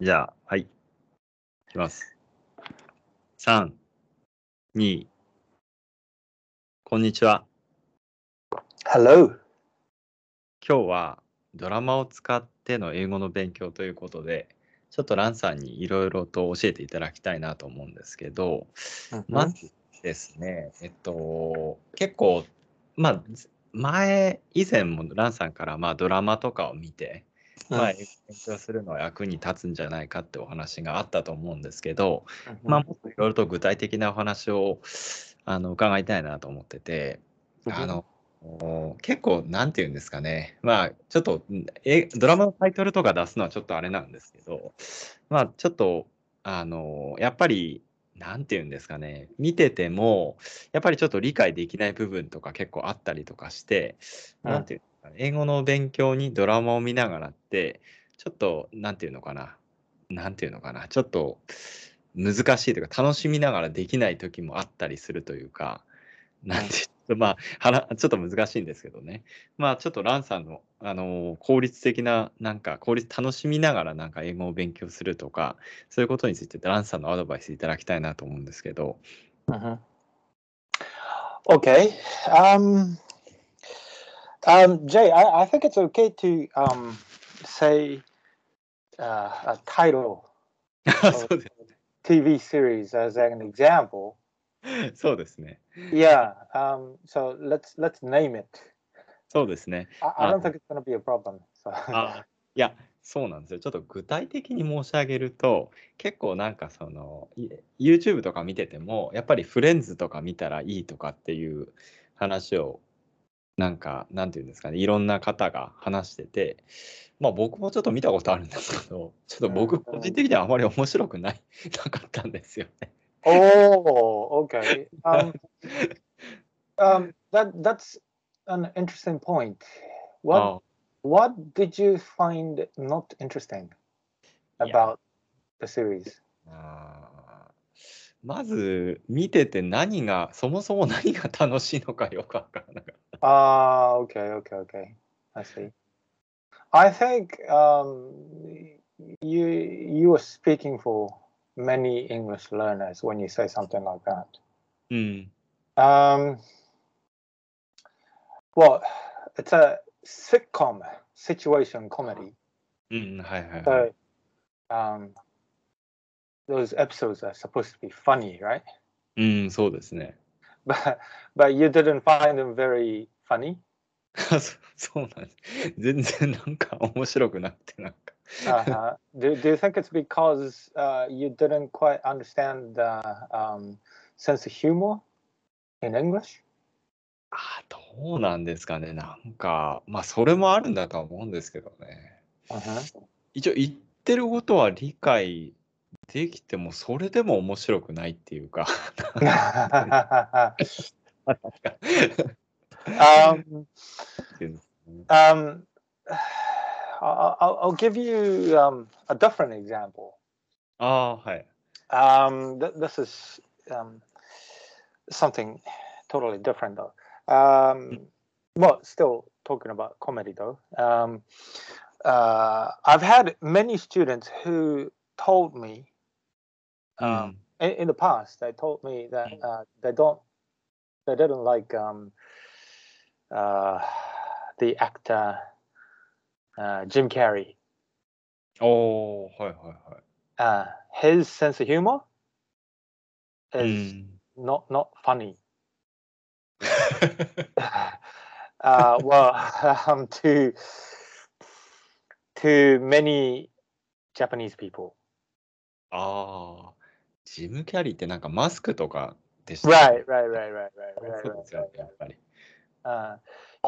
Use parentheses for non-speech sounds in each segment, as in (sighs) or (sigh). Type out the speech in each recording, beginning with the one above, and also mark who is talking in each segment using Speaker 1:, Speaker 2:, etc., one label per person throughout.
Speaker 1: じゃあ、はい。いきます。3、2、こんにちは。
Speaker 2: Hello.
Speaker 1: 今日はドラマを使っての英語の勉強ということで、ちょっとランさんにいろいろと教えていただきたいなと思うんですけど、まずですね、えっと、結構、まあ、前、以前もランさんから、まあ、ドラマとかを見て、まあ、英語を勉強するのは役に立つんじゃないかってお話があったと思うんですけど、まあ、もっといろいろと具体的なお話をあの伺いたいなと思ってて、あの結構、なんていうんですかね、まあ、ちょっとえドラマのタイトルとか出すのはちょっとあれなんですけど、まあ、ちょっと、あのやっぱり、なんていうんですかね、見てても、やっぱりちょっと理解できない部分とか結構あったりとかして、
Speaker 2: うん
Speaker 1: なんていうんですかね、英語の勉強にドラマを見ながらって、ちょっと、なんていうのかな、なんていうのかな、ちょっと難しいというか、楽しみながらできない時もあったりするというか、なんていうまあはな、ちょっと難しいんですけどね。まあ、ちょっとランさんの、あのー効率的な、なんか、効率、楽しみながら、なんか、英語を勉強するとか、そういうことについて、ランさんのアドバイスいただきたいなと思うんですけど。
Speaker 2: Mhm. Okay. Um, um, Jay, I, I think it's okay to um, say uh, a title
Speaker 1: (laughs) そう
Speaker 2: of TV series as an example.
Speaker 1: ですそうですね。
Speaker 2: Yeah. Um, so let's let's name it.
Speaker 1: そうですね。
Speaker 2: I, I
Speaker 1: Uh,
Speaker 2: don't think it's gonna be a problem. So.
Speaker 1: あいやそうなんですよちょっと具体的に申し上げると結構なんかそのい YouTube とか見ててもやっぱりフレンズとか見たらいいとかっていう話をなんかなんていうんですかねいろんな方が話しててまあ僕もちょっと見たことあるんですけどちょっと
Speaker 2: う
Speaker 1: 僕
Speaker 2: ん
Speaker 1: 個人的にはあまり面白くないなかったんですよね。
Speaker 2: (laughs) Oh, okay. Um, um, that that's an interesting point. What
Speaker 1: あ
Speaker 2: What did you find not interesting
Speaker 1: Yeah.
Speaker 2: about the series?
Speaker 1: あーまず見てて何がそもそも何が楽しいのかよくわからなかった。
Speaker 2: Ah, okay, okay, okay. I see. I think um, you you are speaking for many English learners when you say something like that.
Speaker 1: うん、
Speaker 2: Um, well, it's a sitcom situation comedy.
Speaker 1: うん、はいはい、はい。
Speaker 2: So, um, those episodes are supposed to be funny, right?
Speaker 1: うん、そうですね。 (laughs)
Speaker 2: (laughs) but but you didn't find them very funny.
Speaker 1: あそ (laughs) そうなんです。 (laughs) 全然なんか面白くなくて、なんか。 (laughs)
Speaker 2: Uh, do do you think it's because uh, you didn't quite understand the um, sense of humor in English?
Speaker 1: あどうなんですかね。なんか、まあ、それもあるんだとは思うんですけどね。
Speaker 2: Uh-huh.
Speaker 1: 一応、言ってることは理解できても、それでも面白くないっていうか。(laughs)
Speaker 2: (laughs) um,
Speaker 1: っていうんですかね
Speaker 2: um, (sighs) I'll, I'll- I'll give you um, a different example.
Speaker 1: ああー、はい。
Speaker 2: Um, th- this is um, something totally different, though. Um, well, still talking about comedy, though. Um, uh, I've had many students who told me
Speaker 1: う
Speaker 2: um,
Speaker 1: ん
Speaker 2: in, in the past they told me that uh, they don't they didn't like um, uh, the actor uh, Jim Carrey.
Speaker 1: おー、はいは
Speaker 2: Uh, his sense of humor
Speaker 1: いはい。う
Speaker 2: is
Speaker 1: ん (laughs)
Speaker 2: not not funny. uh, well, (laughs) um, to to many Japanese people.
Speaker 1: ああ、ジム・キャリーってなんかマスクとかでしたね
Speaker 2: Right, right, right, right, right,
Speaker 1: そ
Speaker 2: right,
Speaker 1: うですよ
Speaker 2: right.
Speaker 1: ね、やっぱり。
Speaker 2: right. Uh,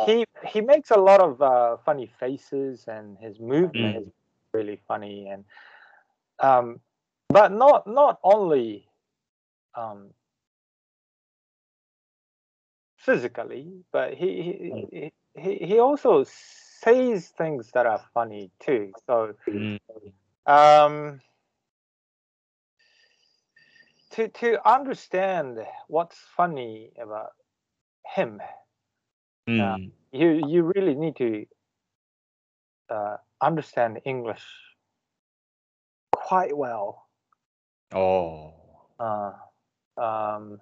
Speaker 2: he he makes a lot of uh, funny faces, and his movement
Speaker 1: Mm.
Speaker 2: is really funny, and um, but not not only um physically, but he he he- he, he also says things that are funny too. So.
Speaker 1: うん、
Speaker 2: um, to to understand what's funny about him,
Speaker 1: うん
Speaker 2: あ you you really need to uh, understand English quite well.
Speaker 1: おー
Speaker 2: Uh, um,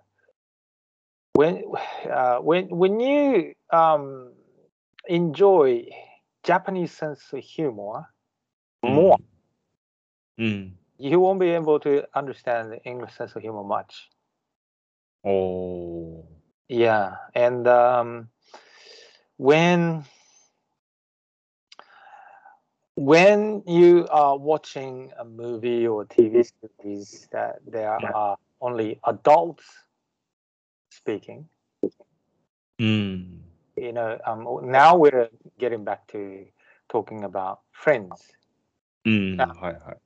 Speaker 2: when uh, when when you um, enjoy Japanese sense of humor
Speaker 1: Hmm.
Speaker 2: more,
Speaker 1: うん
Speaker 2: you won't be able to understand the English sense of humor much.
Speaker 1: おー
Speaker 2: Yeah, and um, when when you are watching a movie or TV series that there
Speaker 1: Yeah.
Speaker 2: are only adults speaking,
Speaker 1: うん
Speaker 2: you know, um, now we're getting back to talking about friends.
Speaker 1: うん
Speaker 2: あ
Speaker 1: はいはい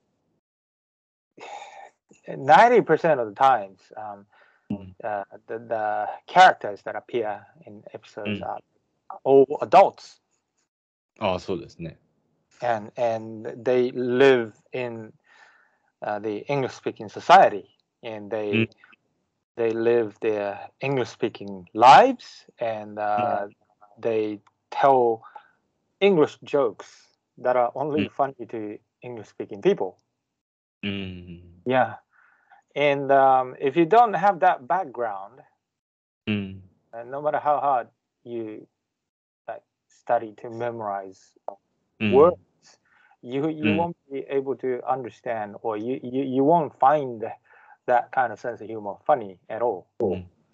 Speaker 2: Ninety percent of the times, um,
Speaker 1: Mm.
Speaker 2: uh, the, the characters that appear in episodes
Speaker 1: Mm.
Speaker 2: are all adults.
Speaker 1: ああそうですね
Speaker 2: and and they live in uh, the English speaking society and they
Speaker 1: Mm.
Speaker 2: they live their English speaking lives and
Speaker 1: Mm.
Speaker 2: uh, they tell English jokes that are
Speaker 1: Mm.
Speaker 2: only funny to English speaking people.
Speaker 1: うん
Speaker 2: Yeah. And um, if you don't have that background,
Speaker 1: うん
Speaker 2: uh, no matter how hard you like study to memorize
Speaker 1: うん
Speaker 2: words you you
Speaker 1: Mm.
Speaker 2: won't be able to understand or you, you you won't find that kind of sense of humor funny at all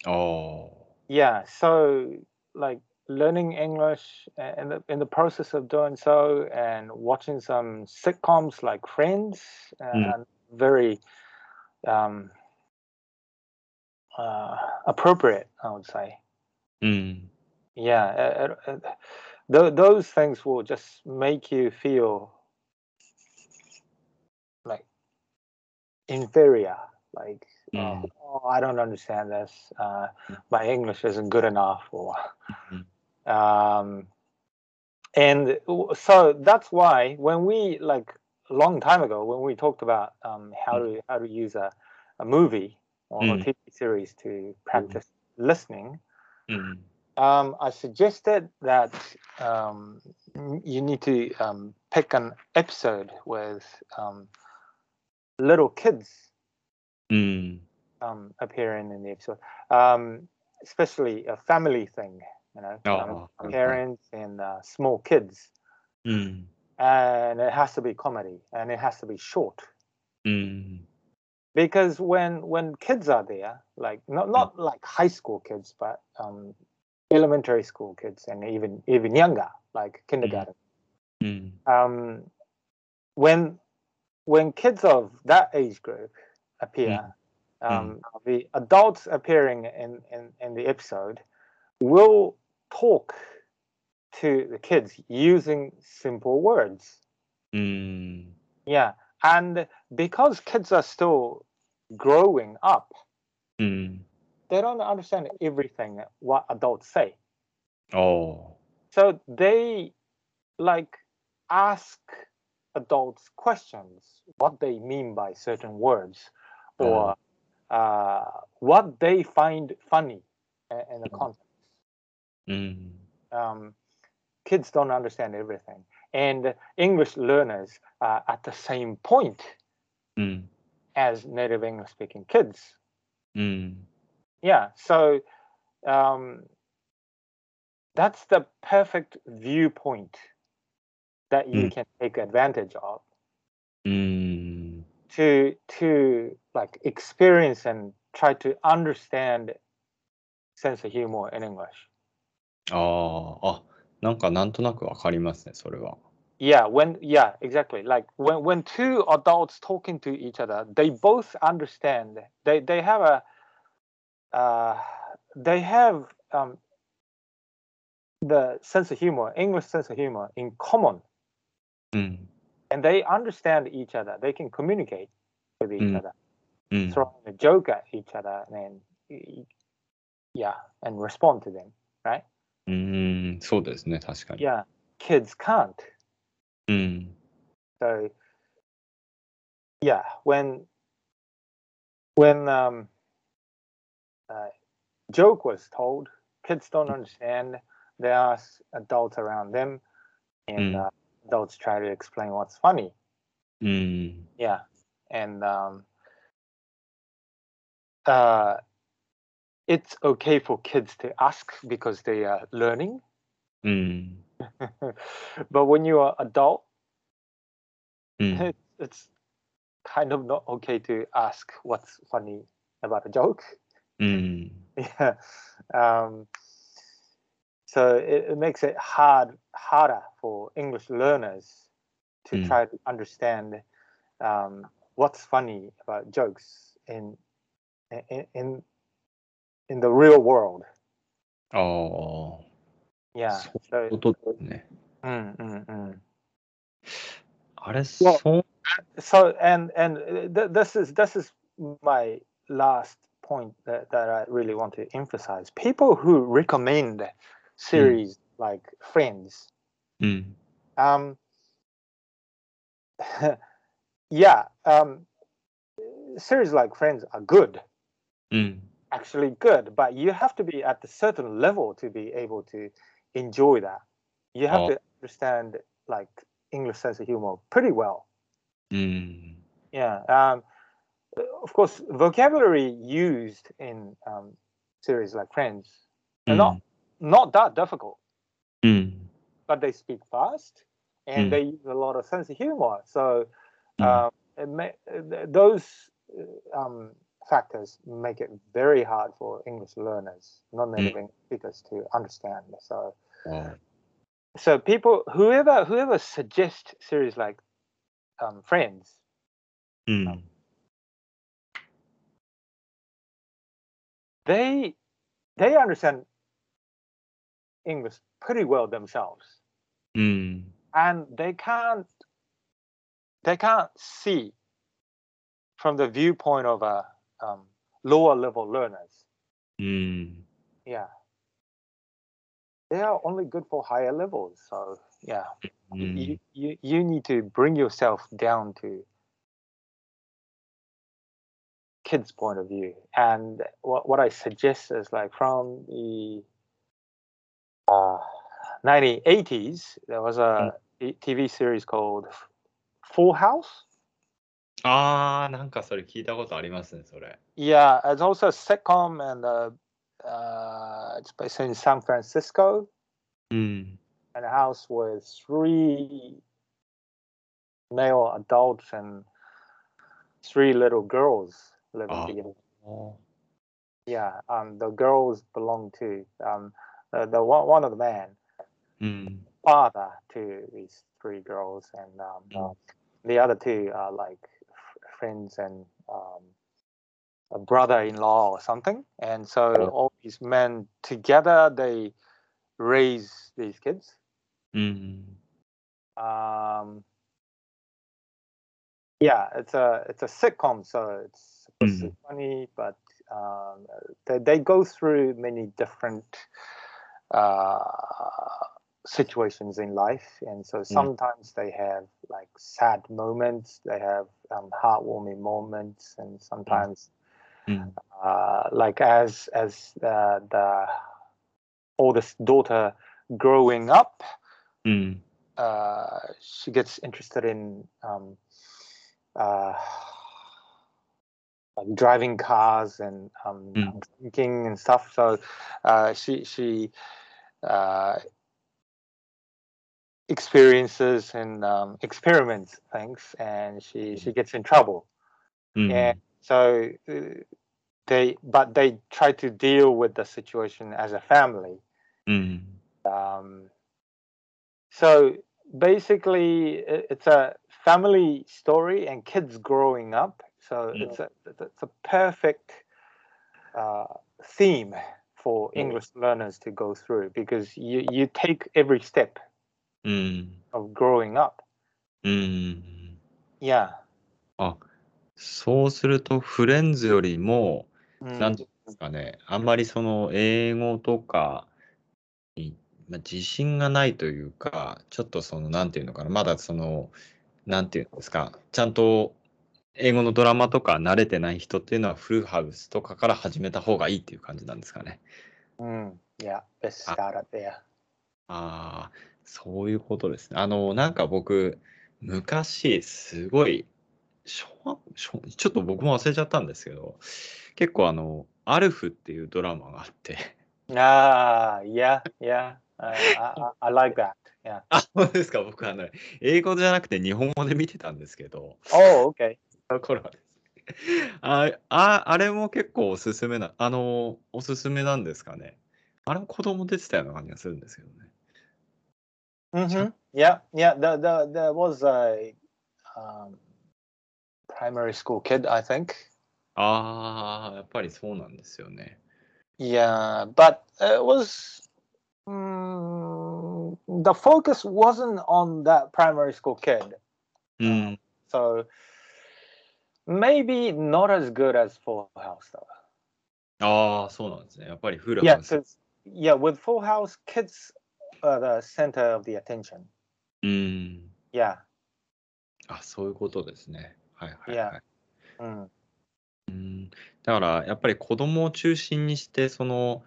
Speaker 1: あー
Speaker 2: yeah so like learning english a- and the, in the process of doing so and watching some sitcoms like friends
Speaker 1: Mm.
Speaker 2: and very um uh, appropriate i would say
Speaker 1: うん
Speaker 2: yeah uh, uh, uh, th- those things will just make you feel like inferior like uh,
Speaker 1: Mm.
Speaker 2: oh, i don't understand this uh,
Speaker 1: Mm.
Speaker 2: my english isn't good enough or
Speaker 1: Mhm.
Speaker 2: (laughs) um, and w- so that's why when we like a long time ago when we talked about um, how to how to use a, a movie or a
Speaker 1: Mm.
Speaker 2: tv series to practice listening
Speaker 1: うん
Speaker 2: um, I suggested that um, n- you need to um, pick an episode with um, little kids
Speaker 1: うん
Speaker 2: um, appearing in the episode, um, especially a family thing, you know, um,
Speaker 1: Oh, okay.
Speaker 2: parents and uh, small kids.
Speaker 1: うん
Speaker 2: And it has to be comedy and it has to be short.
Speaker 1: うん。
Speaker 2: Because when, when kids are there, like not, not
Speaker 1: Mm.
Speaker 2: like high school kids, but um, elementary school kids and even, even younger,
Speaker 1: Mm.
Speaker 2: like kindergarten.
Speaker 1: うん。
Speaker 2: um, when when kids of that age group appear, um, the adults appearing in, in, in the episode will talk to the kids using simple words.
Speaker 1: うん。
Speaker 2: Yeah, and because kids are still growing up,
Speaker 1: うん。
Speaker 2: they don't understand everything what adults say.
Speaker 1: お
Speaker 2: So they like ask adults questions what they mean by certain words or uh, what they find funny i- in the
Speaker 1: Mhm.
Speaker 2: context.
Speaker 1: うん。
Speaker 2: Um, kids don't understand everything. And English learners are at the same point
Speaker 1: うん。
Speaker 2: as native English speaking kids.
Speaker 1: うん。
Speaker 2: Yeah, so um, that's the perfect viewpoint that you
Speaker 1: Mm.
Speaker 2: can take advantage of.
Speaker 1: うん。
Speaker 2: to to like experience and try to understand sense of humor in English.
Speaker 1: ああ。あ、なんかなんとなくわかりますね、それは。
Speaker 2: Yeah, when yeah, exactly. Like when when two adults talking to each other, they both understand. They they have a uh, they have um, the sense of humor, English sense of humor, in common,
Speaker 1: うん。
Speaker 2: and they understand each other. They can communicate with each
Speaker 1: Mm.
Speaker 2: other,
Speaker 1: うん。
Speaker 2: throwing a joke at each other, and then yeah, and respond to them. Right?
Speaker 1: うん。そうですね、確かに。
Speaker 2: yeah kids can't
Speaker 1: うん。
Speaker 2: so yeah when when um uh, joke was told kids don't understand they ask adults around them and
Speaker 1: Mm.
Speaker 2: uh, adults try to explain what's funny
Speaker 1: うん。
Speaker 2: yeah and um, uh, it's okay for kids to ask because they are learning. (laughs)
Speaker 1: うん。
Speaker 2: but when you are adult,
Speaker 1: うん
Speaker 2: it's kind of not okay to ask what's funny about a joke. (laughs)
Speaker 1: うん。
Speaker 2: Yeah. Um, so it, it makes it hard harder for English learners to
Speaker 1: Mm.
Speaker 2: try to understand um, what's funny about jokes in in in, in the real world.
Speaker 1: ああ、そ
Speaker 2: Yeah.
Speaker 1: そう
Speaker 2: So
Speaker 1: ういうことですね。
Speaker 2: mm, mm, mm.
Speaker 1: あれ、そう。
Speaker 2: so and and uh, th- this is this is my last point that, that I really want to emphasize. People who recommend series like Friends
Speaker 1: うん。
Speaker 2: Um, (laughs) yeah, um, series like Friends are good,
Speaker 1: うん。
Speaker 2: actually good, but you have to be at a certain level to be able to enjoy that. You have
Speaker 1: Oh.
Speaker 2: to understand like English sense of humor pretty well.
Speaker 1: うん。
Speaker 2: Yeah. Um, of course, vocabulary used in um, series like Friends are not not that difficult.
Speaker 1: うん。
Speaker 2: but they speak fast and
Speaker 1: Mm.
Speaker 2: they use a lot of sense of humor. So um, it ma- th- those uh, um, factors make it very hard for English learners, non-native English speakers, to understand. So,
Speaker 1: うんあ
Speaker 2: so people, whoever whoever suggests series like um, Friends,
Speaker 1: うん。
Speaker 2: they they understand English pretty well themselves,
Speaker 1: うん。
Speaker 2: and they can't they can't see from the viewpoint of a um, lower level learners.
Speaker 1: うん。
Speaker 2: Yeah. They are only good for higher levels. So yeah,
Speaker 1: う
Speaker 2: y-
Speaker 1: ん
Speaker 2: you, you, you need to bring yourself down to kids' point of view. And what, what I suggest is like from the uh, 1980s, there was a TV series called Full House.
Speaker 1: ああ、なんかそれ聞いたことありますね、それ。
Speaker 2: Yeah, it's also a sitcom, and uh, uh, it's based in San Francisco,
Speaker 1: うん。
Speaker 2: and a house with three male adults and three little girls living
Speaker 1: Ah.
Speaker 2: together.
Speaker 1: あー
Speaker 2: Yeah, um, the girls belong to um, the, the one, one of the man,
Speaker 1: うん。
Speaker 2: father to these three girls, and um,
Speaker 1: Mm.
Speaker 2: the other two are like f- friends and um, a brother-in-law or something. And so
Speaker 1: Yeah.
Speaker 2: all these men together they raise these kids.
Speaker 1: うん。
Speaker 2: Um, yeah, it's a it's a sitcom, so it's supposed to be funny, but um, they they go through many different uh, situations in life, and so sometimes they have like sad moments, they have um, heartwarming moments, and sometimes
Speaker 1: うん。
Speaker 2: uh, like as as uh, the oldest daughter growing up
Speaker 1: うん。
Speaker 2: uh, she gets interested in um, uh, like driving cars and um,
Speaker 1: Mm.
Speaker 2: drinking and stuff. So uh, she she uh, experiences and um, experiments things, and she she gets in trouble.
Speaker 1: うん。
Speaker 2: And so uh, they but they try to deal with the situation as a family.
Speaker 1: うん。
Speaker 2: Um, so basically, i- it's a family story and kids growing up. So
Speaker 1: Yeah.
Speaker 2: it's a it's a- it's a perfect uh, theme for
Speaker 1: Yeah.
Speaker 2: English learners to go through because you you take every step
Speaker 1: うん。
Speaker 2: of growing up.
Speaker 1: うん。
Speaker 2: Yeah.
Speaker 1: あ、そうすると、フレンズよりも、
Speaker 2: Mm,
Speaker 1: なんていうんですかね、あんまりその英語とかに、まあ、自信がないというか、ちょっとその、なんていうのかな、まだその、なんていうんですか、ちゃんと英語のドラマとか慣れてない人っていうのは、フルハウスとかから始めた方がいいっていう感じなんですかね。
Speaker 2: Mm, yeah. Best
Speaker 1: Ah.
Speaker 2: start up there.
Speaker 1: ああ、そういうことですね。あの、なんか僕、昔、すごいしょしょちょっと僕も忘れちゃったんですけど、結構あの、アルフっていうドラマがあって、
Speaker 2: Ah, yeah, yeah. Uh, I, I, I like that. Yeah.
Speaker 1: あ、そうですか、僕あの、英語じゃなくて日本語で見てたんですけど、
Speaker 2: Oh, okay.
Speaker 1: あの頃はですねあああれも結構おすすめな、あの、おすすめなんですかね。あれも子供出てたような感じがするんですけどね。
Speaker 2: hmm Yeah, yeah. There, there, there was a um, primary school kid, I think.
Speaker 1: ああ、やっぱりそうなんですよね。
Speaker 2: Yeah, but it was mm, the focus wasn't on that primary school kid,
Speaker 1: うん。
Speaker 2: so maybe not as good as Full House though.
Speaker 1: ああ、そうなんですね。やっぱりフル
Speaker 2: Yeah,
Speaker 1: ハウス
Speaker 2: because yeah, with Full House, kids are the center of the attention.
Speaker 1: うん。
Speaker 2: Yeah,
Speaker 1: あ、そういうことですね。はいはい、
Speaker 2: いや
Speaker 1: はい。
Speaker 2: mm.
Speaker 1: うんだからやっぱり子供を中心にしてその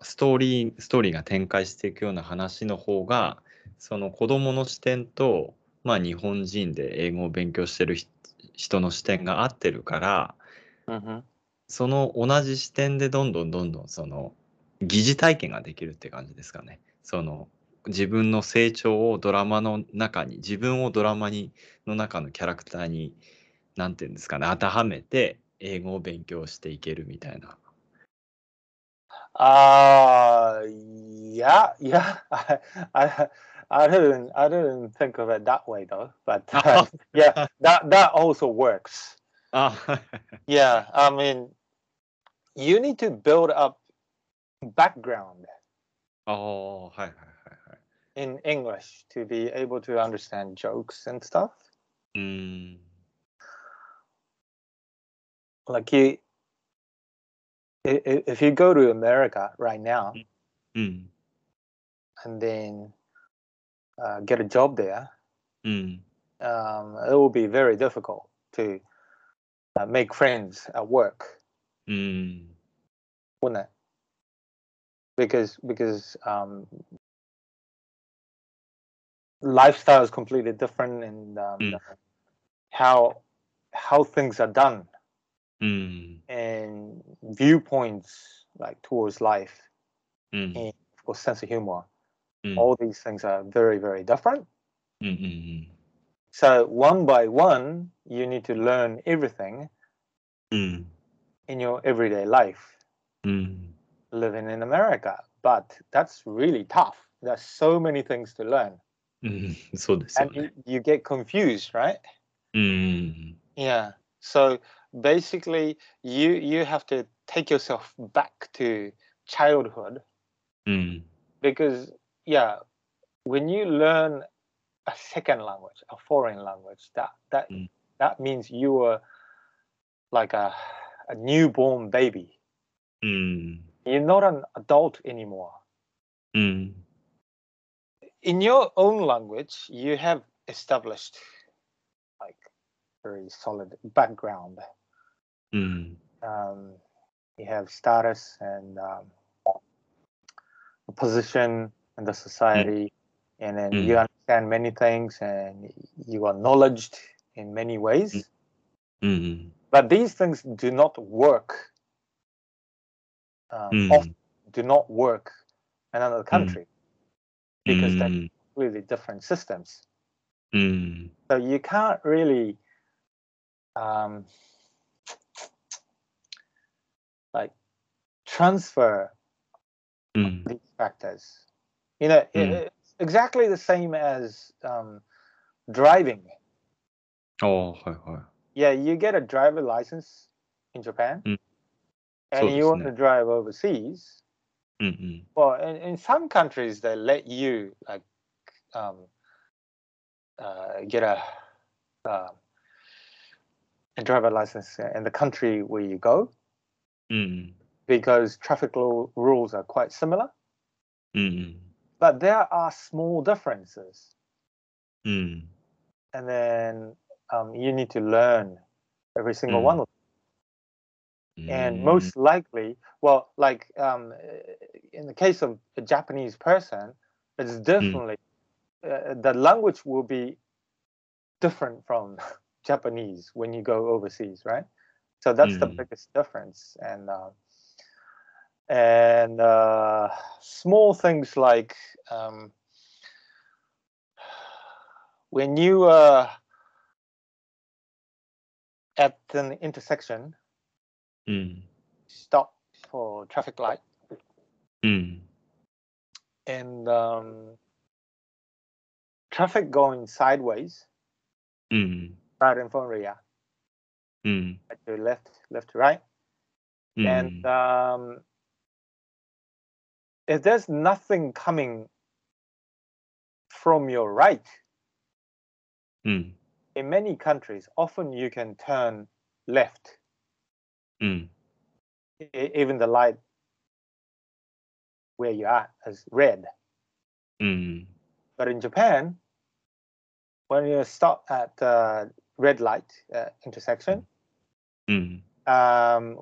Speaker 1: ストーリーストーリーが展開していくような話の方がその子供の視点と、まあ、日本人で英語を勉強してる人人の視点が合ってるから
Speaker 2: hmm
Speaker 1: その同じ視点でどんどんどんどんその疑似体験ができるって感じですかね。その自分の成長をドラマの中に自分をドラマにの中のキャラクターに何て言うんですかね当てはめて英語を勉強していけるみたいな。
Speaker 2: Uh, yeah, yeah. (laughs) I, I, I didn't, I didn't think of it that way though. But uh, yeah, that that also works.
Speaker 1: あはい
Speaker 2: Yeah, I mean, you need to build up background
Speaker 1: あーはいはいはいはい。
Speaker 2: in English to be able to understand jokes and stuff.
Speaker 1: うーん
Speaker 2: Like you, i- i- if you go to America right now
Speaker 1: うん
Speaker 2: and then uh, get a job there.
Speaker 1: うん。
Speaker 2: um, it will be very difficult to uh, make friends at work,
Speaker 1: うん。
Speaker 2: wouldn't it? Because because um, lifestyle is completely different, and um,
Speaker 1: Mm.
Speaker 2: how how things are done
Speaker 1: うん。
Speaker 2: and viewpoints like towards life,
Speaker 1: うん。
Speaker 2: Yeah. of course, sense of humor.
Speaker 1: うん。
Speaker 2: All these things are very very different.
Speaker 1: うんうん。
Speaker 2: So one by one, you need to learn everything
Speaker 1: うん。
Speaker 2: in your everyday life.
Speaker 1: うん。
Speaker 2: living in America, but that's really tough. There's so many things to learn,
Speaker 1: うん。そうですよ
Speaker 2: and
Speaker 1: ね。
Speaker 2: you, you get confused, right?
Speaker 1: うん。
Speaker 2: Yeah. So basically, you you have to take yourself back to childhood
Speaker 1: うん。
Speaker 2: because yeah, when you learn a second language, a foreign language, that that
Speaker 1: Mm.
Speaker 2: that means you were like a a newborn baby.
Speaker 1: うん。
Speaker 2: You're not an adult anymore.
Speaker 1: うん。
Speaker 2: in your own language, you have established like very solid background.
Speaker 1: うん。
Speaker 2: Um, you have status and um, a position in the society, and then you understand many things, and you are knowledged in many ways.
Speaker 1: Mm. うん。
Speaker 2: But these things do not work. Um,
Speaker 1: うん。
Speaker 2: often do not work in another country because they're
Speaker 1: うん。
Speaker 2: completely different systems.
Speaker 1: うん。
Speaker 2: so you can't really um, like transfer
Speaker 1: うん。
Speaker 2: these factors you know i-
Speaker 1: Mm.
Speaker 2: it's exactly the same as um, driving
Speaker 1: ああ、はいは
Speaker 2: yeah you get a driver license in japan
Speaker 1: Mm.
Speaker 2: and
Speaker 1: So
Speaker 2: you want
Speaker 1: it's
Speaker 2: to drive overseas
Speaker 1: い。うん。
Speaker 2: well in, in some countries they let you like um, uh, get a um a driver license in the country where you go
Speaker 1: うん。
Speaker 2: because traffic law rules are quite similar,
Speaker 1: うん。
Speaker 2: but there are small differences,
Speaker 1: うん。
Speaker 2: and then um, you need to learn every single
Speaker 1: Mm.
Speaker 2: one of them. And
Speaker 1: Mm-hmm.
Speaker 2: most likely, well, like um, in the case of a Japanese person, it's definitely uh, the language will be different from (laughs) Japanese when you go overseas, right? So that's the
Speaker 1: Mm.
Speaker 2: biggest difference. And uh, and uh, small things like um, when you uh, at an intersection
Speaker 1: うん。
Speaker 2: stop for traffic light
Speaker 1: うん。
Speaker 2: and um, traffic going sideways
Speaker 1: うん。
Speaker 2: right in front of you,
Speaker 1: うん。
Speaker 2: right to left, left to right.
Speaker 1: うん
Speaker 2: And um, if there's nothing coming from your right,
Speaker 1: うん。
Speaker 2: in many countries, often you can turn left,
Speaker 1: うん。
Speaker 2: e- even the light where you are is red.
Speaker 1: うん。
Speaker 2: But in Japan, when you stop at uh, red light uh, intersection,
Speaker 1: うん。
Speaker 2: um,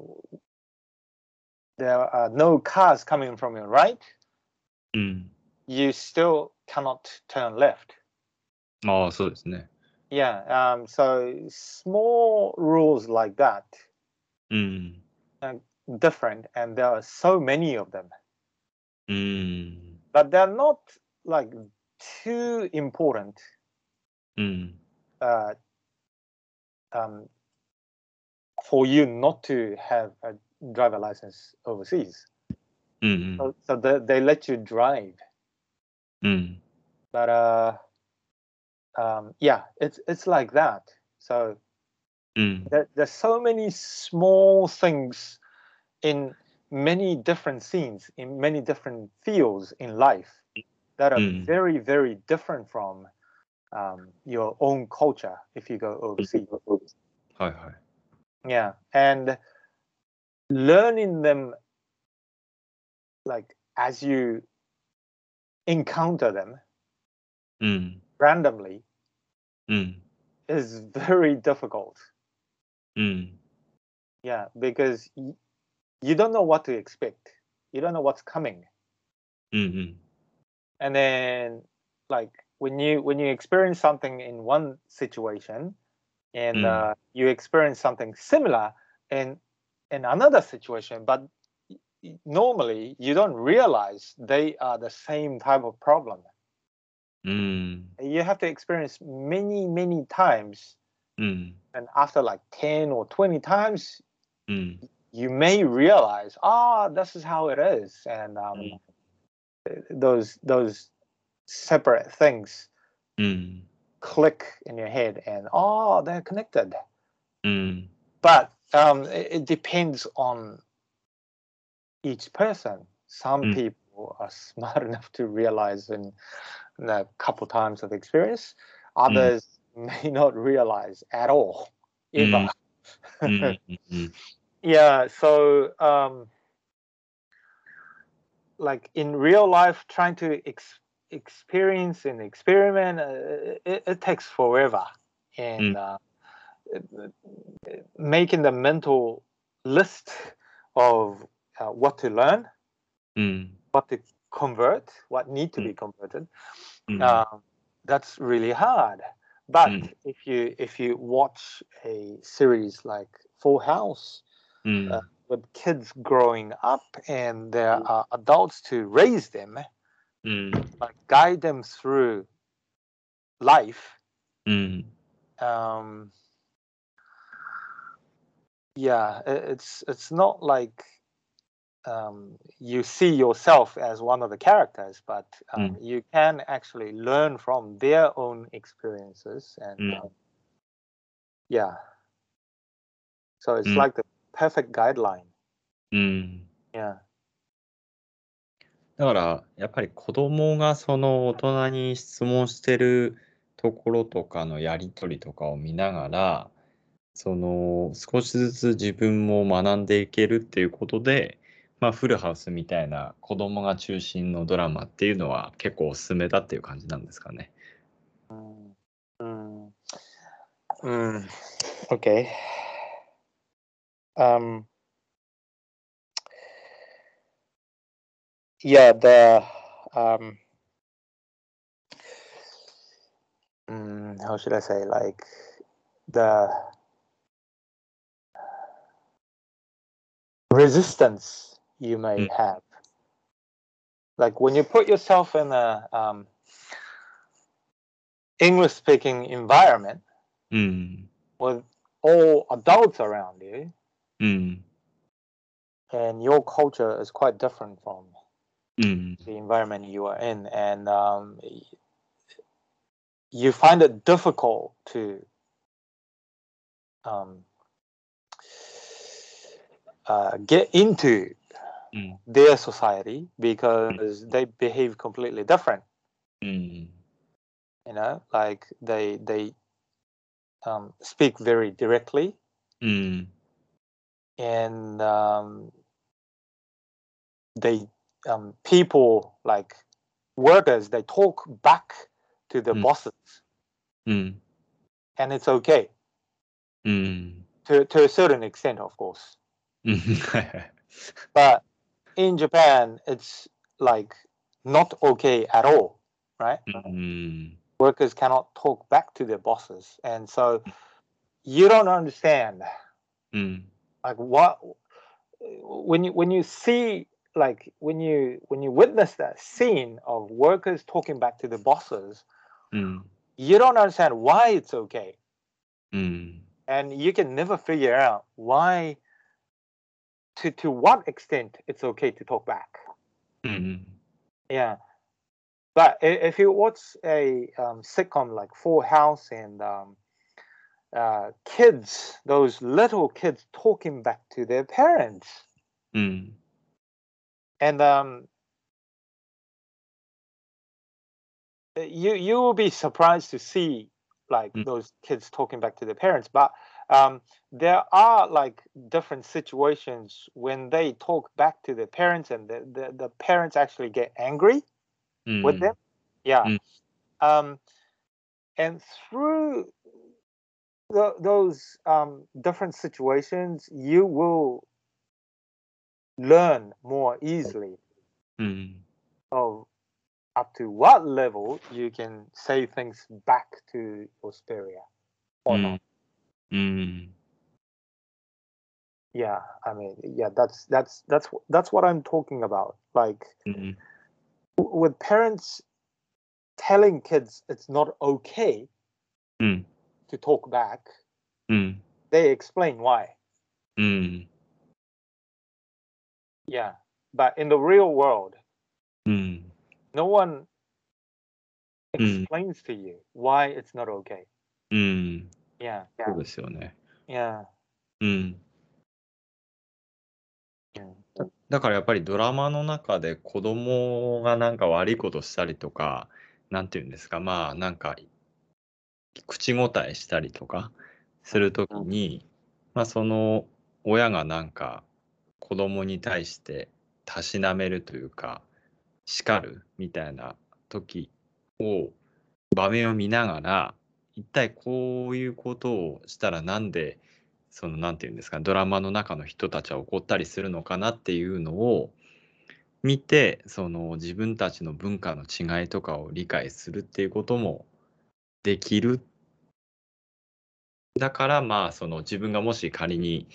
Speaker 2: there are no cars coming from your right.
Speaker 1: うん。
Speaker 2: You still cannot turn left.
Speaker 1: ああ、そうですね。
Speaker 2: Yeah. Um, so small rules like that,
Speaker 1: うん。
Speaker 2: different, and there are so many of them,
Speaker 1: うん。
Speaker 2: but they're not like too important.
Speaker 1: うん。
Speaker 2: Uh, um, for you not to have a driver license overseas,
Speaker 1: うん。
Speaker 2: so, so they, they let you drive.
Speaker 1: うん。
Speaker 2: But uh, um, yeah, it's it's like that. So
Speaker 1: うん。
Speaker 2: there, there's so many small things in many different scenes in many different fields in life that are
Speaker 1: Mm.
Speaker 2: very very different from um, your own culture if you go overseas
Speaker 1: はいはい。
Speaker 2: yeah and learning them like as you encounter them
Speaker 1: うん。
Speaker 2: randomly
Speaker 1: うん。
Speaker 2: is (laughs) very difficult
Speaker 1: うん。
Speaker 2: Yeah, because y- you don't know what to expect. You don't know what's coming.
Speaker 1: うん。うん。
Speaker 2: And then like when you when you experience something in one situation and
Speaker 1: Mm.
Speaker 2: uh, you experience something similar in in another situation, but y- y- normally you don't realize they are the same type of problem.
Speaker 1: うん。
Speaker 2: You have to experience many many times
Speaker 1: うん。
Speaker 2: and after like 10 or 20 times
Speaker 1: うん。
Speaker 2: you may realize, ah, this is how it is, and um,
Speaker 1: Mm.
Speaker 2: th- those those separate things
Speaker 1: うん。
Speaker 2: click in your head, and oh, they're connected.
Speaker 1: うん。
Speaker 2: But um, it, it depends on each person. Some
Speaker 1: Mm.
Speaker 2: people are (laughs) smart enough to realize in, in a couple times of experience. Others (laughs) may not realize at all, ever.
Speaker 1: うん。うん。
Speaker 2: Yeah, so um like in real life trying to ex- experience and experiment uh, it, it takes forever
Speaker 1: Mm.
Speaker 2: and uh, it- it- making the mental list of uh, what to learn,
Speaker 1: うん。
Speaker 2: what to convert, what need to
Speaker 1: Mm.
Speaker 2: be converted.
Speaker 1: うん。
Speaker 2: Um, that's really hard. But
Speaker 1: Mm.
Speaker 2: if you if you watch a series like Full House
Speaker 1: うん。
Speaker 2: with kids growing up and there
Speaker 1: Mm.
Speaker 2: are adults to raise them,
Speaker 1: うん。
Speaker 2: like guide them through life.
Speaker 1: うん。
Speaker 2: Um, yeah, i- it's it's not like um, you see yourself as one of the characters, but um,
Speaker 1: Mm.
Speaker 2: you can actually learn from their own experiences and
Speaker 1: Mm.
Speaker 2: um, yeah. So it's
Speaker 1: Mm.
Speaker 2: like the perfect guideline.
Speaker 1: うん。
Speaker 2: Yeah.
Speaker 1: だから、やっぱり子供がその大人に質問してるところとかのやりとりとかを見ながら、その少しずつ自分も学んでいけるっていうことで、まあ、フルハウスみたいな子供が中心のドラマっていうのは結構おすすめだっていう感じなんですかね。
Speaker 2: Mm. Mm. Mm. Okay. Um, yeah, the um, mm, how should I say? Like the resistance you
Speaker 1: Mm.
Speaker 2: may have. Like when you put yourself in a um, English speaking environment
Speaker 1: うん。
Speaker 2: with all adults around you,
Speaker 1: うん。
Speaker 2: and your culture is quite different from
Speaker 1: うん。
Speaker 2: the environment you are in, and um, y- you find it difficult to um, uh, get into
Speaker 1: Mm.
Speaker 2: their society because they behave completely different.
Speaker 1: うん。
Speaker 2: You know, like they they um, speak very directly,
Speaker 1: うん。
Speaker 2: and um, they um, people like workers they talk back to the
Speaker 1: Mm.
Speaker 2: bosses
Speaker 1: うん。
Speaker 2: and it's okay
Speaker 1: うん。
Speaker 2: to, to a certain extent of course
Speaker 1: うん。はいはい。
Speaker 2: but in japan it's like not okay at all right
Speaker 1: Hmm. うん。
Speaker 2: workers cannot talk back to their bosses and so you don't understand
Speaker 1: うん。
Speaker 2: like what when you when you see like when you when you witness that scene of workers talking back to the bosses
Speaker 1: うん。
Speaker 2: you don't understand why it's okay
Speaker 1: うん。
Speaker 2: and you can never figure out why to to what extent it's okay to talk back
Speaker 1: うん。
Speaker 2: yeah but i- if you watch a um, sitcom like full house and um, uh, kids those little kids talking back to their parents
Speaker 1: うん。
Speaker 2: and um, eh, you you will be surprised to see like
Speaker 1: Mm.
Speaker 2: those kids talking back to their parents but um, there are like different situations when they talk back to their parents and the, the, the parents actually get angry
Speaker 1: うん。
Speaker 2: with them yeah
Speaker 1: Mm.
Speaker 2: um, and through tho- those um, different situations you will learn more
Speaker 1: Mm.
Speaker 2: easily
Speaker 1: うん。
Speaker 2: of up to what level you can say things back to your superior or
Speaker 1: Hmm.
Speaker 2: not.
Speaker 1: うん。
Speaker 2: Yeah, I mean, yeah, that's that's that's wh- that's what I'm talking about. Like
Speaker 1: うん。
Speaker 2: w- with parents telling kids it's not okay
Speaker 1: うん。
Speaker 2: to talk back,
Speaker 1: うん。
Speaker 2: they explain why.
Speaker 1: うん。
Speaker 2: Yeah, but in the real world,
Speaker 1: うん。
Speaker 2: no one
Speaker 1: Mm.
Speaker 2: explains to you why it's not okay.
Speaker 1: うん。
Speaker 2: Yeah,
Speaker 1: そ
Speaker 2: yeah,
Speaker 1: うですよね。
Speaker 2: yeah.
Speaker 1: うん。
Speaker 2: yeah.
Speaker 1: だからやっぱりドラマの中で子供がなんか悪いことしたりとか、なんていうんですか、まあなんか口答えしたりとかするときに、まあその親がなんか子供に対してたしなめるというか、叱るみたいな時を、場面を見ながら、一体こういうことをしたらなんで、そのなんていうんですかドラマの中の人たちは怒ったりするのかなっていうのを見てその自分たちの文化の違いとかを理解するっていうこともできるだからまあその自分がもし仮に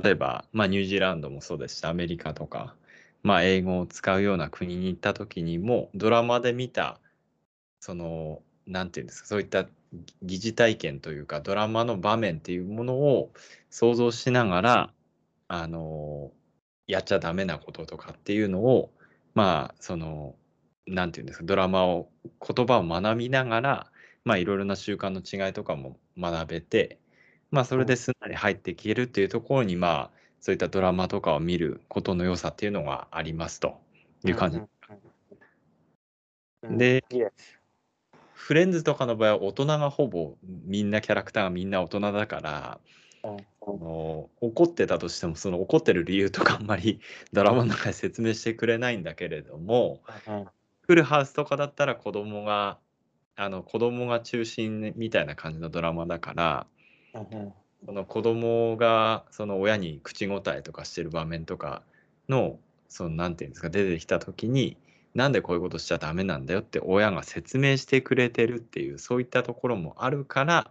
Speaker 1: 例えば、まあ、ニュージーランドもそうですしアメリカとか、まあ、英語を使うような国に行った時にもドラマで見たそのなんていうんですかそういった疑似体験というかドラマの場面っていうものを想像しながらあのやっちゃダメなこととかっていうのをまあそのなんていうんですかドラマを言葉を学びながらまあいろいろな習慣の違いとかも学べてまあそれですんなり入っていけるっていうところにまあそういったドラマとかを見ることの良さっていうのがありますという感じ
Speaker 2: Mm, mm, mm. Mm,
Speaker 1: で
Speaker 2: yes.
Speaker 1: フレンズとかの場合は大人がほぼみんなキャラクターがみんな大人だから、
Speaker 2: Mm,
Speaker 1: あ
Speaker 2: mm.
Speaker 1: の怒ってたとしてもその怒ってる理由とかあんまり (laughs) ドラマの中で説明してくれないんだけれども
Speaker 2: Mhm.
Speaker 1: フルハウスとかだったら子供があの子供が中心みたいな感じのドラマだから
Speaker 2: Mhm.
Speaker 1: その子供がその親に口答えとかしてる場面とかのそのなんていうんですか出てきた時になんでこういうことしちゃダメなんだよって親が説明してくれてるっていうそういったところもあるから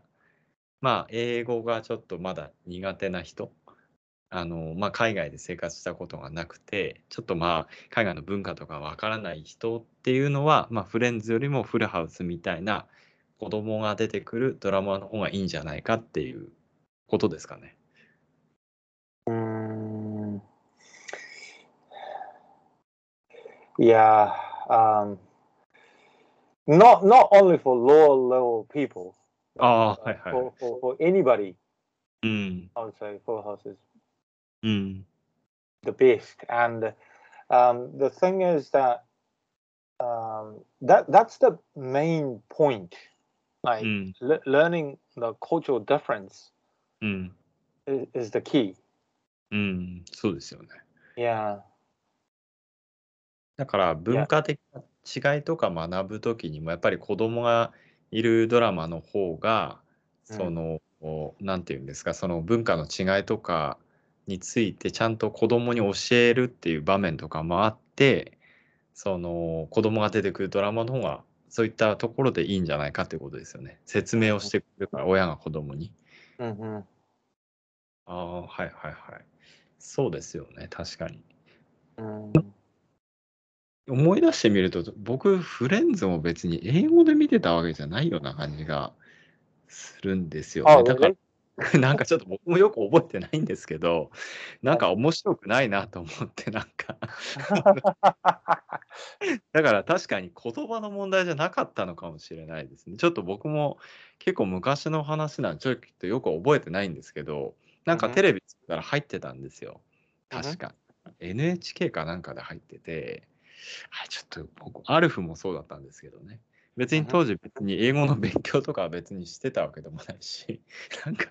Speaker 1: まあ、英語がちょっとまだ苦手な人、あのまあ、海外で生活したことがなくて、ちょっとまあ、海外の文化とかわからない人っていうのは、まあ、フレンズよりもフルハウスみたいな子供が出てくるドラマの方がいいんじゃないかっていうことですかね。
Speaker 2: Mm. Yeah. Um, not not only for lower level people.
Speaker 1: ああ、
Speaker 2: uh,
Speaker 1: はいはいはい。
Speaker 2: For, for, for anybody,
Speaker 1: うん。
Speaker 2: I would say Full House is
Speaker 1: うん。
Speaker 2: the best. And um, the thing is that um, that that's the main point. Like
Speaker 1: うん。
Speaker 2: le- learning the cultural difference
Speaker 1: うん。
Speaker 2: is, is the key.
Speaker 1: うん。そうですよね。
Speaker 2: Yeah.
Speaker 1: だから文化的な違いとか学ぶときにもやっぱり子供がいるドラマの方が
Speaker 2: うん
Speaker 1: その何て言うんですかその文化の違いとかについてちゃんと子供に教えるっていう場面とかもあってその子供が出てくるドラマの方がそういったところでいいんじゃないかってことですよね説明をしてくれるから親が子供に。
Speaker 2: hmm
Speaker 1: ああはいはいはいそうですよね確かに。
Speaker 2: Mm.
Speaker 1: 思い出してみると僕フレンズも別に英語で見てたわけじゃないような感じがするんですよね。
Speaker 2: Oh,
Speaker 1: だから
Speaker 2: really?
Speaker 1: (laughs) なんかちょっと僕もよく覚えてないんですけどなんか面白くないなと思ってなんかだから確かに言葉の問題じゃなかったのかもしれないですね。ちょっと僕も結構昔の話なんでちょっとよく覚えてないんですけどなんかテレビつったら入ってたんですよ。
Speaker 2: うん
Speaker 1: 確か。NHK かなんかで入ってて。はい、ちょっと僕、アルフもそうだったんですけどね。別に当時、別に英語の勉強とかは別にしてたわけでもないし、 (laughs) なんか、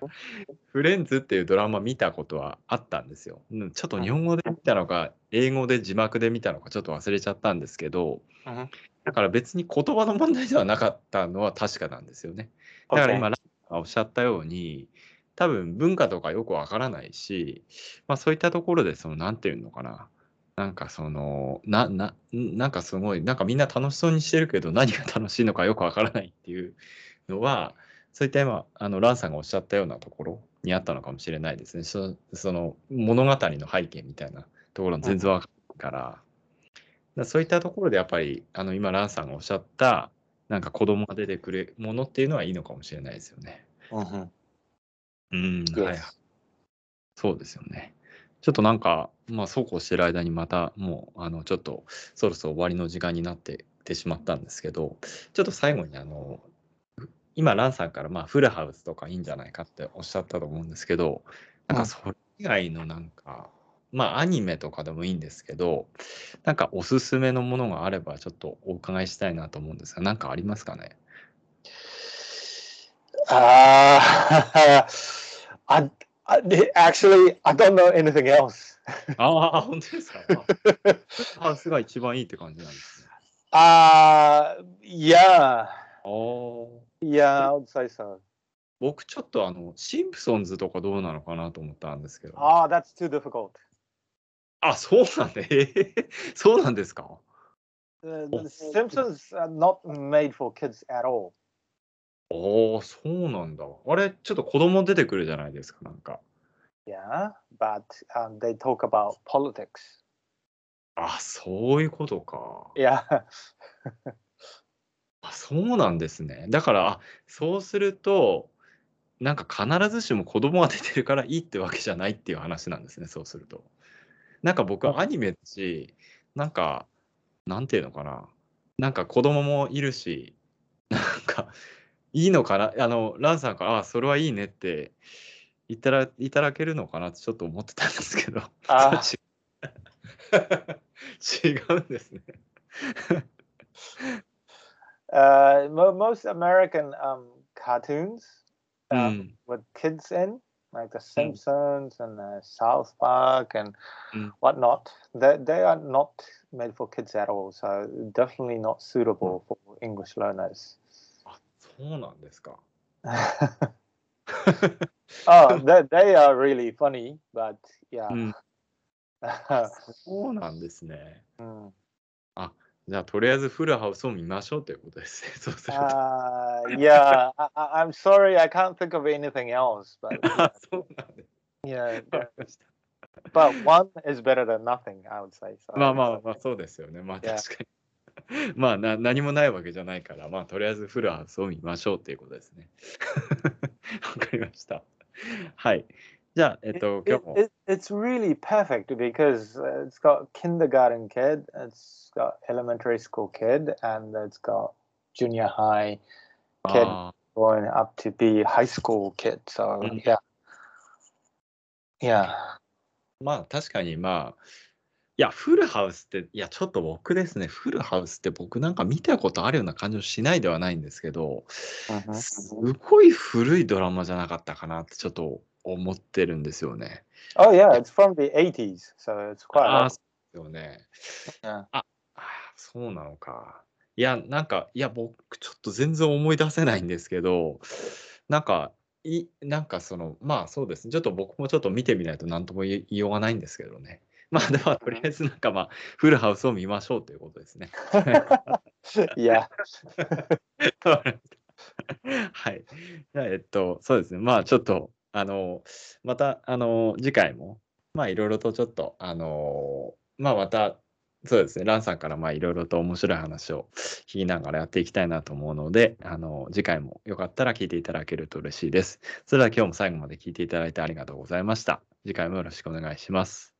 Speaker 1: フレンズっていうドラマ見たことはあったんですよ。うんちょっと日本語で見たのか、英語で字幕で見たのか、ちょっと忘れちゃったんですけど、
Speaker 2: Mhm.
Speaker 1: だから別に言葉の問題ではなかったのは確かなんですよね。だから
Speaker 2: Okay.
Speaker 1: 今、ラッキーがおっしゃったように、多分文化とかよくわからないし、まあそういったところで、その、なんていうのかな。なんかその、な、な、なんかすごい、なんかみんな楽しそうにしてるけど、何が楽しいのかよくわからないっていうのは、そういった今、あの、ランさんがおっしゃったようなところにあったのかもしれないですね。そその、物語の背景みたいなところ全然わかんないから、だからそういったところでやっぱり、あの、今、ランさんがおっしゃった、なんか子供が出てくるものっていうのはいいのかもしれないですよね。
Speaker 2: Mhm.
Speaker 1: うん、
Speaker 2: Yes.
Speaker 1: はいはい。そうですよね。ちょっとなんか、まあ、そうこうしてる間にまた、もう、あの、ちょっと、そろそろ終わりの時間になってってしまったんですけど、ちょっと最後に、あの、今、ランさんから、まあ、フルハウスとかいいんじゃないかっておっしゃったと思うんですけど、なん
Speaker 2: う
Speaker 1: か、
Speaker 2: ん
Speaker 1: それ以外のなんか、まあ、アニメとかでもいいんですけど、なんか、おすすめのものがあれば、ちょっとお伺いしたいなと思うんですが、なんかありますかね
Speaker 2: Uh, (laughs) I, I di- actually I don't know anything else.
Speaker 1: (laughs) ああ、本当ですか。あハウスが一番いいって感じなんですね。
Speaker 2: Uh yeah,
Speaker 1: ああ。
Speaker 2: yeah, I would say so.
Speaker 1: 僕ちょっとあの、シンプソンズとかどうなのかなと思ったんですけど。
Speaker 2: Oh, that's too difficult.
Speaker 1: あ、そうなんだ。えーそうなんですか。
Speaker 2: Uh, The, the Simpsons are not made for kids at all.
Speaker 1: ああ、そうなんだ。あれ、ちょっと子供出てくるじゃないですか、なんか。
Speaker 2: Yeah, but um, they talk about politics.
Speaker 1: あ、そういうことか。
Speaker 2: Yeah, (laughs)
Speaker 1: あ、そうなんですね。だから、あそうすると、なんか必ずしも子供が出てるからいいってわけじゃないっていう話なんですね、そうすると。なんか僕はアニメだし、なんか、なんていうのかな。なんか子供もいるし、なんか、いいのかな。あの、ランさんから、あ、それはいいねって言ったら、いただけるのかなってちょっと思ってたんですけど、 (laughs)
Speaker 2: uh,
Speaker 1: 違う (laughs) 違うんですね。
Speaker 2: uh, mo- most American um, cartoons
Speaker 1: う
Speaker 2: あ
Speaker 1: ん。
Speaker 2: with kids in, like The Simpsons and uh, South Park and
Speaker 1: Mm.
Speaker 2: whatnot. They, they are not made for kids at all, so definitely not suitable for English learners.
Speaker 1: あ、そうなんですか。
Speaker 2: oh, they, they are really funny, but yeah.
Speaker 1: Hmm. うんそうなんですね。
Speaker 2: Mm.
Speaker 1: じゃあ、とりあえずフルハウスを見ましょうということですね。そうすると。
Speaker 2: (laughs) Uh, yeah, I, I- I'm sorry, I can't think of anything else, but
Speaker 1: (laughs) あそうなんです。
Speaker 2: yeah,
Speaker 1: わかりました
Speaker 2: but one is better than nothing, I would say. So,
Speaker 1: まあまあまあ、そうですよね。まあ
Speaker 2: Yeah.
Speaker 1: 確かに。まあな何もないわけじゃないから、まあとりあえずフルハウスを見ましょうということですね。 (laughs) わかりました。はい。じゃあ、えっ
Speaker 2: It-
Speaker 1: と、今
Speaker 2: it,
Speaker 1: 日も。
Speaker 2: it, it's really perfect because uh, it's got kindergarten kid, it's got elementary school kid, and it's got junior high
Speaker 1: あー
Speaker 2: going up to be high school kid. So
Speaker 1: Mm.
Speaker 2: yeah, yeah,
Speaker 1: まあ確かにまあいやフルハウスっていやちょっと僕ですねフルハウスって僕なんか見たことあるような感じもしないではないんですけどすごい古いドラマじゃなかったかなってちょっと思ってるんですよね。
Speaker 2: Oh yeah, it's from the 80s, so it's quite.
Speaker 1: ああ
Speaker 2: old.
Speaker 1: そうよね。
Speaker 2: Yeah.
Speaker 1: あーそうなのか。いやなんかいや僕ちょっと全然思い出せないんですけどなんかいなんかそのまあそうですねちょっと僕もちょっと見てみないと何とも言い言いようがないんですけどねまあではとりあえずなんかまあフルハウスを見ましょうということですね
Speaker 2: (laughs) yeah.
Speaker 1: わかりました (laughs) はいじゃあえっとそうですねまあちょっとあのまたあの次回もまあいろいろとちょっとあのまあまたそうですねランさんからまあいろいろと面白い話を聞きながらやっていきたいなと思うのであの次回もよかったら聞いていただけると嬉しいですそれでは今日も最後まで聞いていただいてありがとうございました次回もよろしくお願いします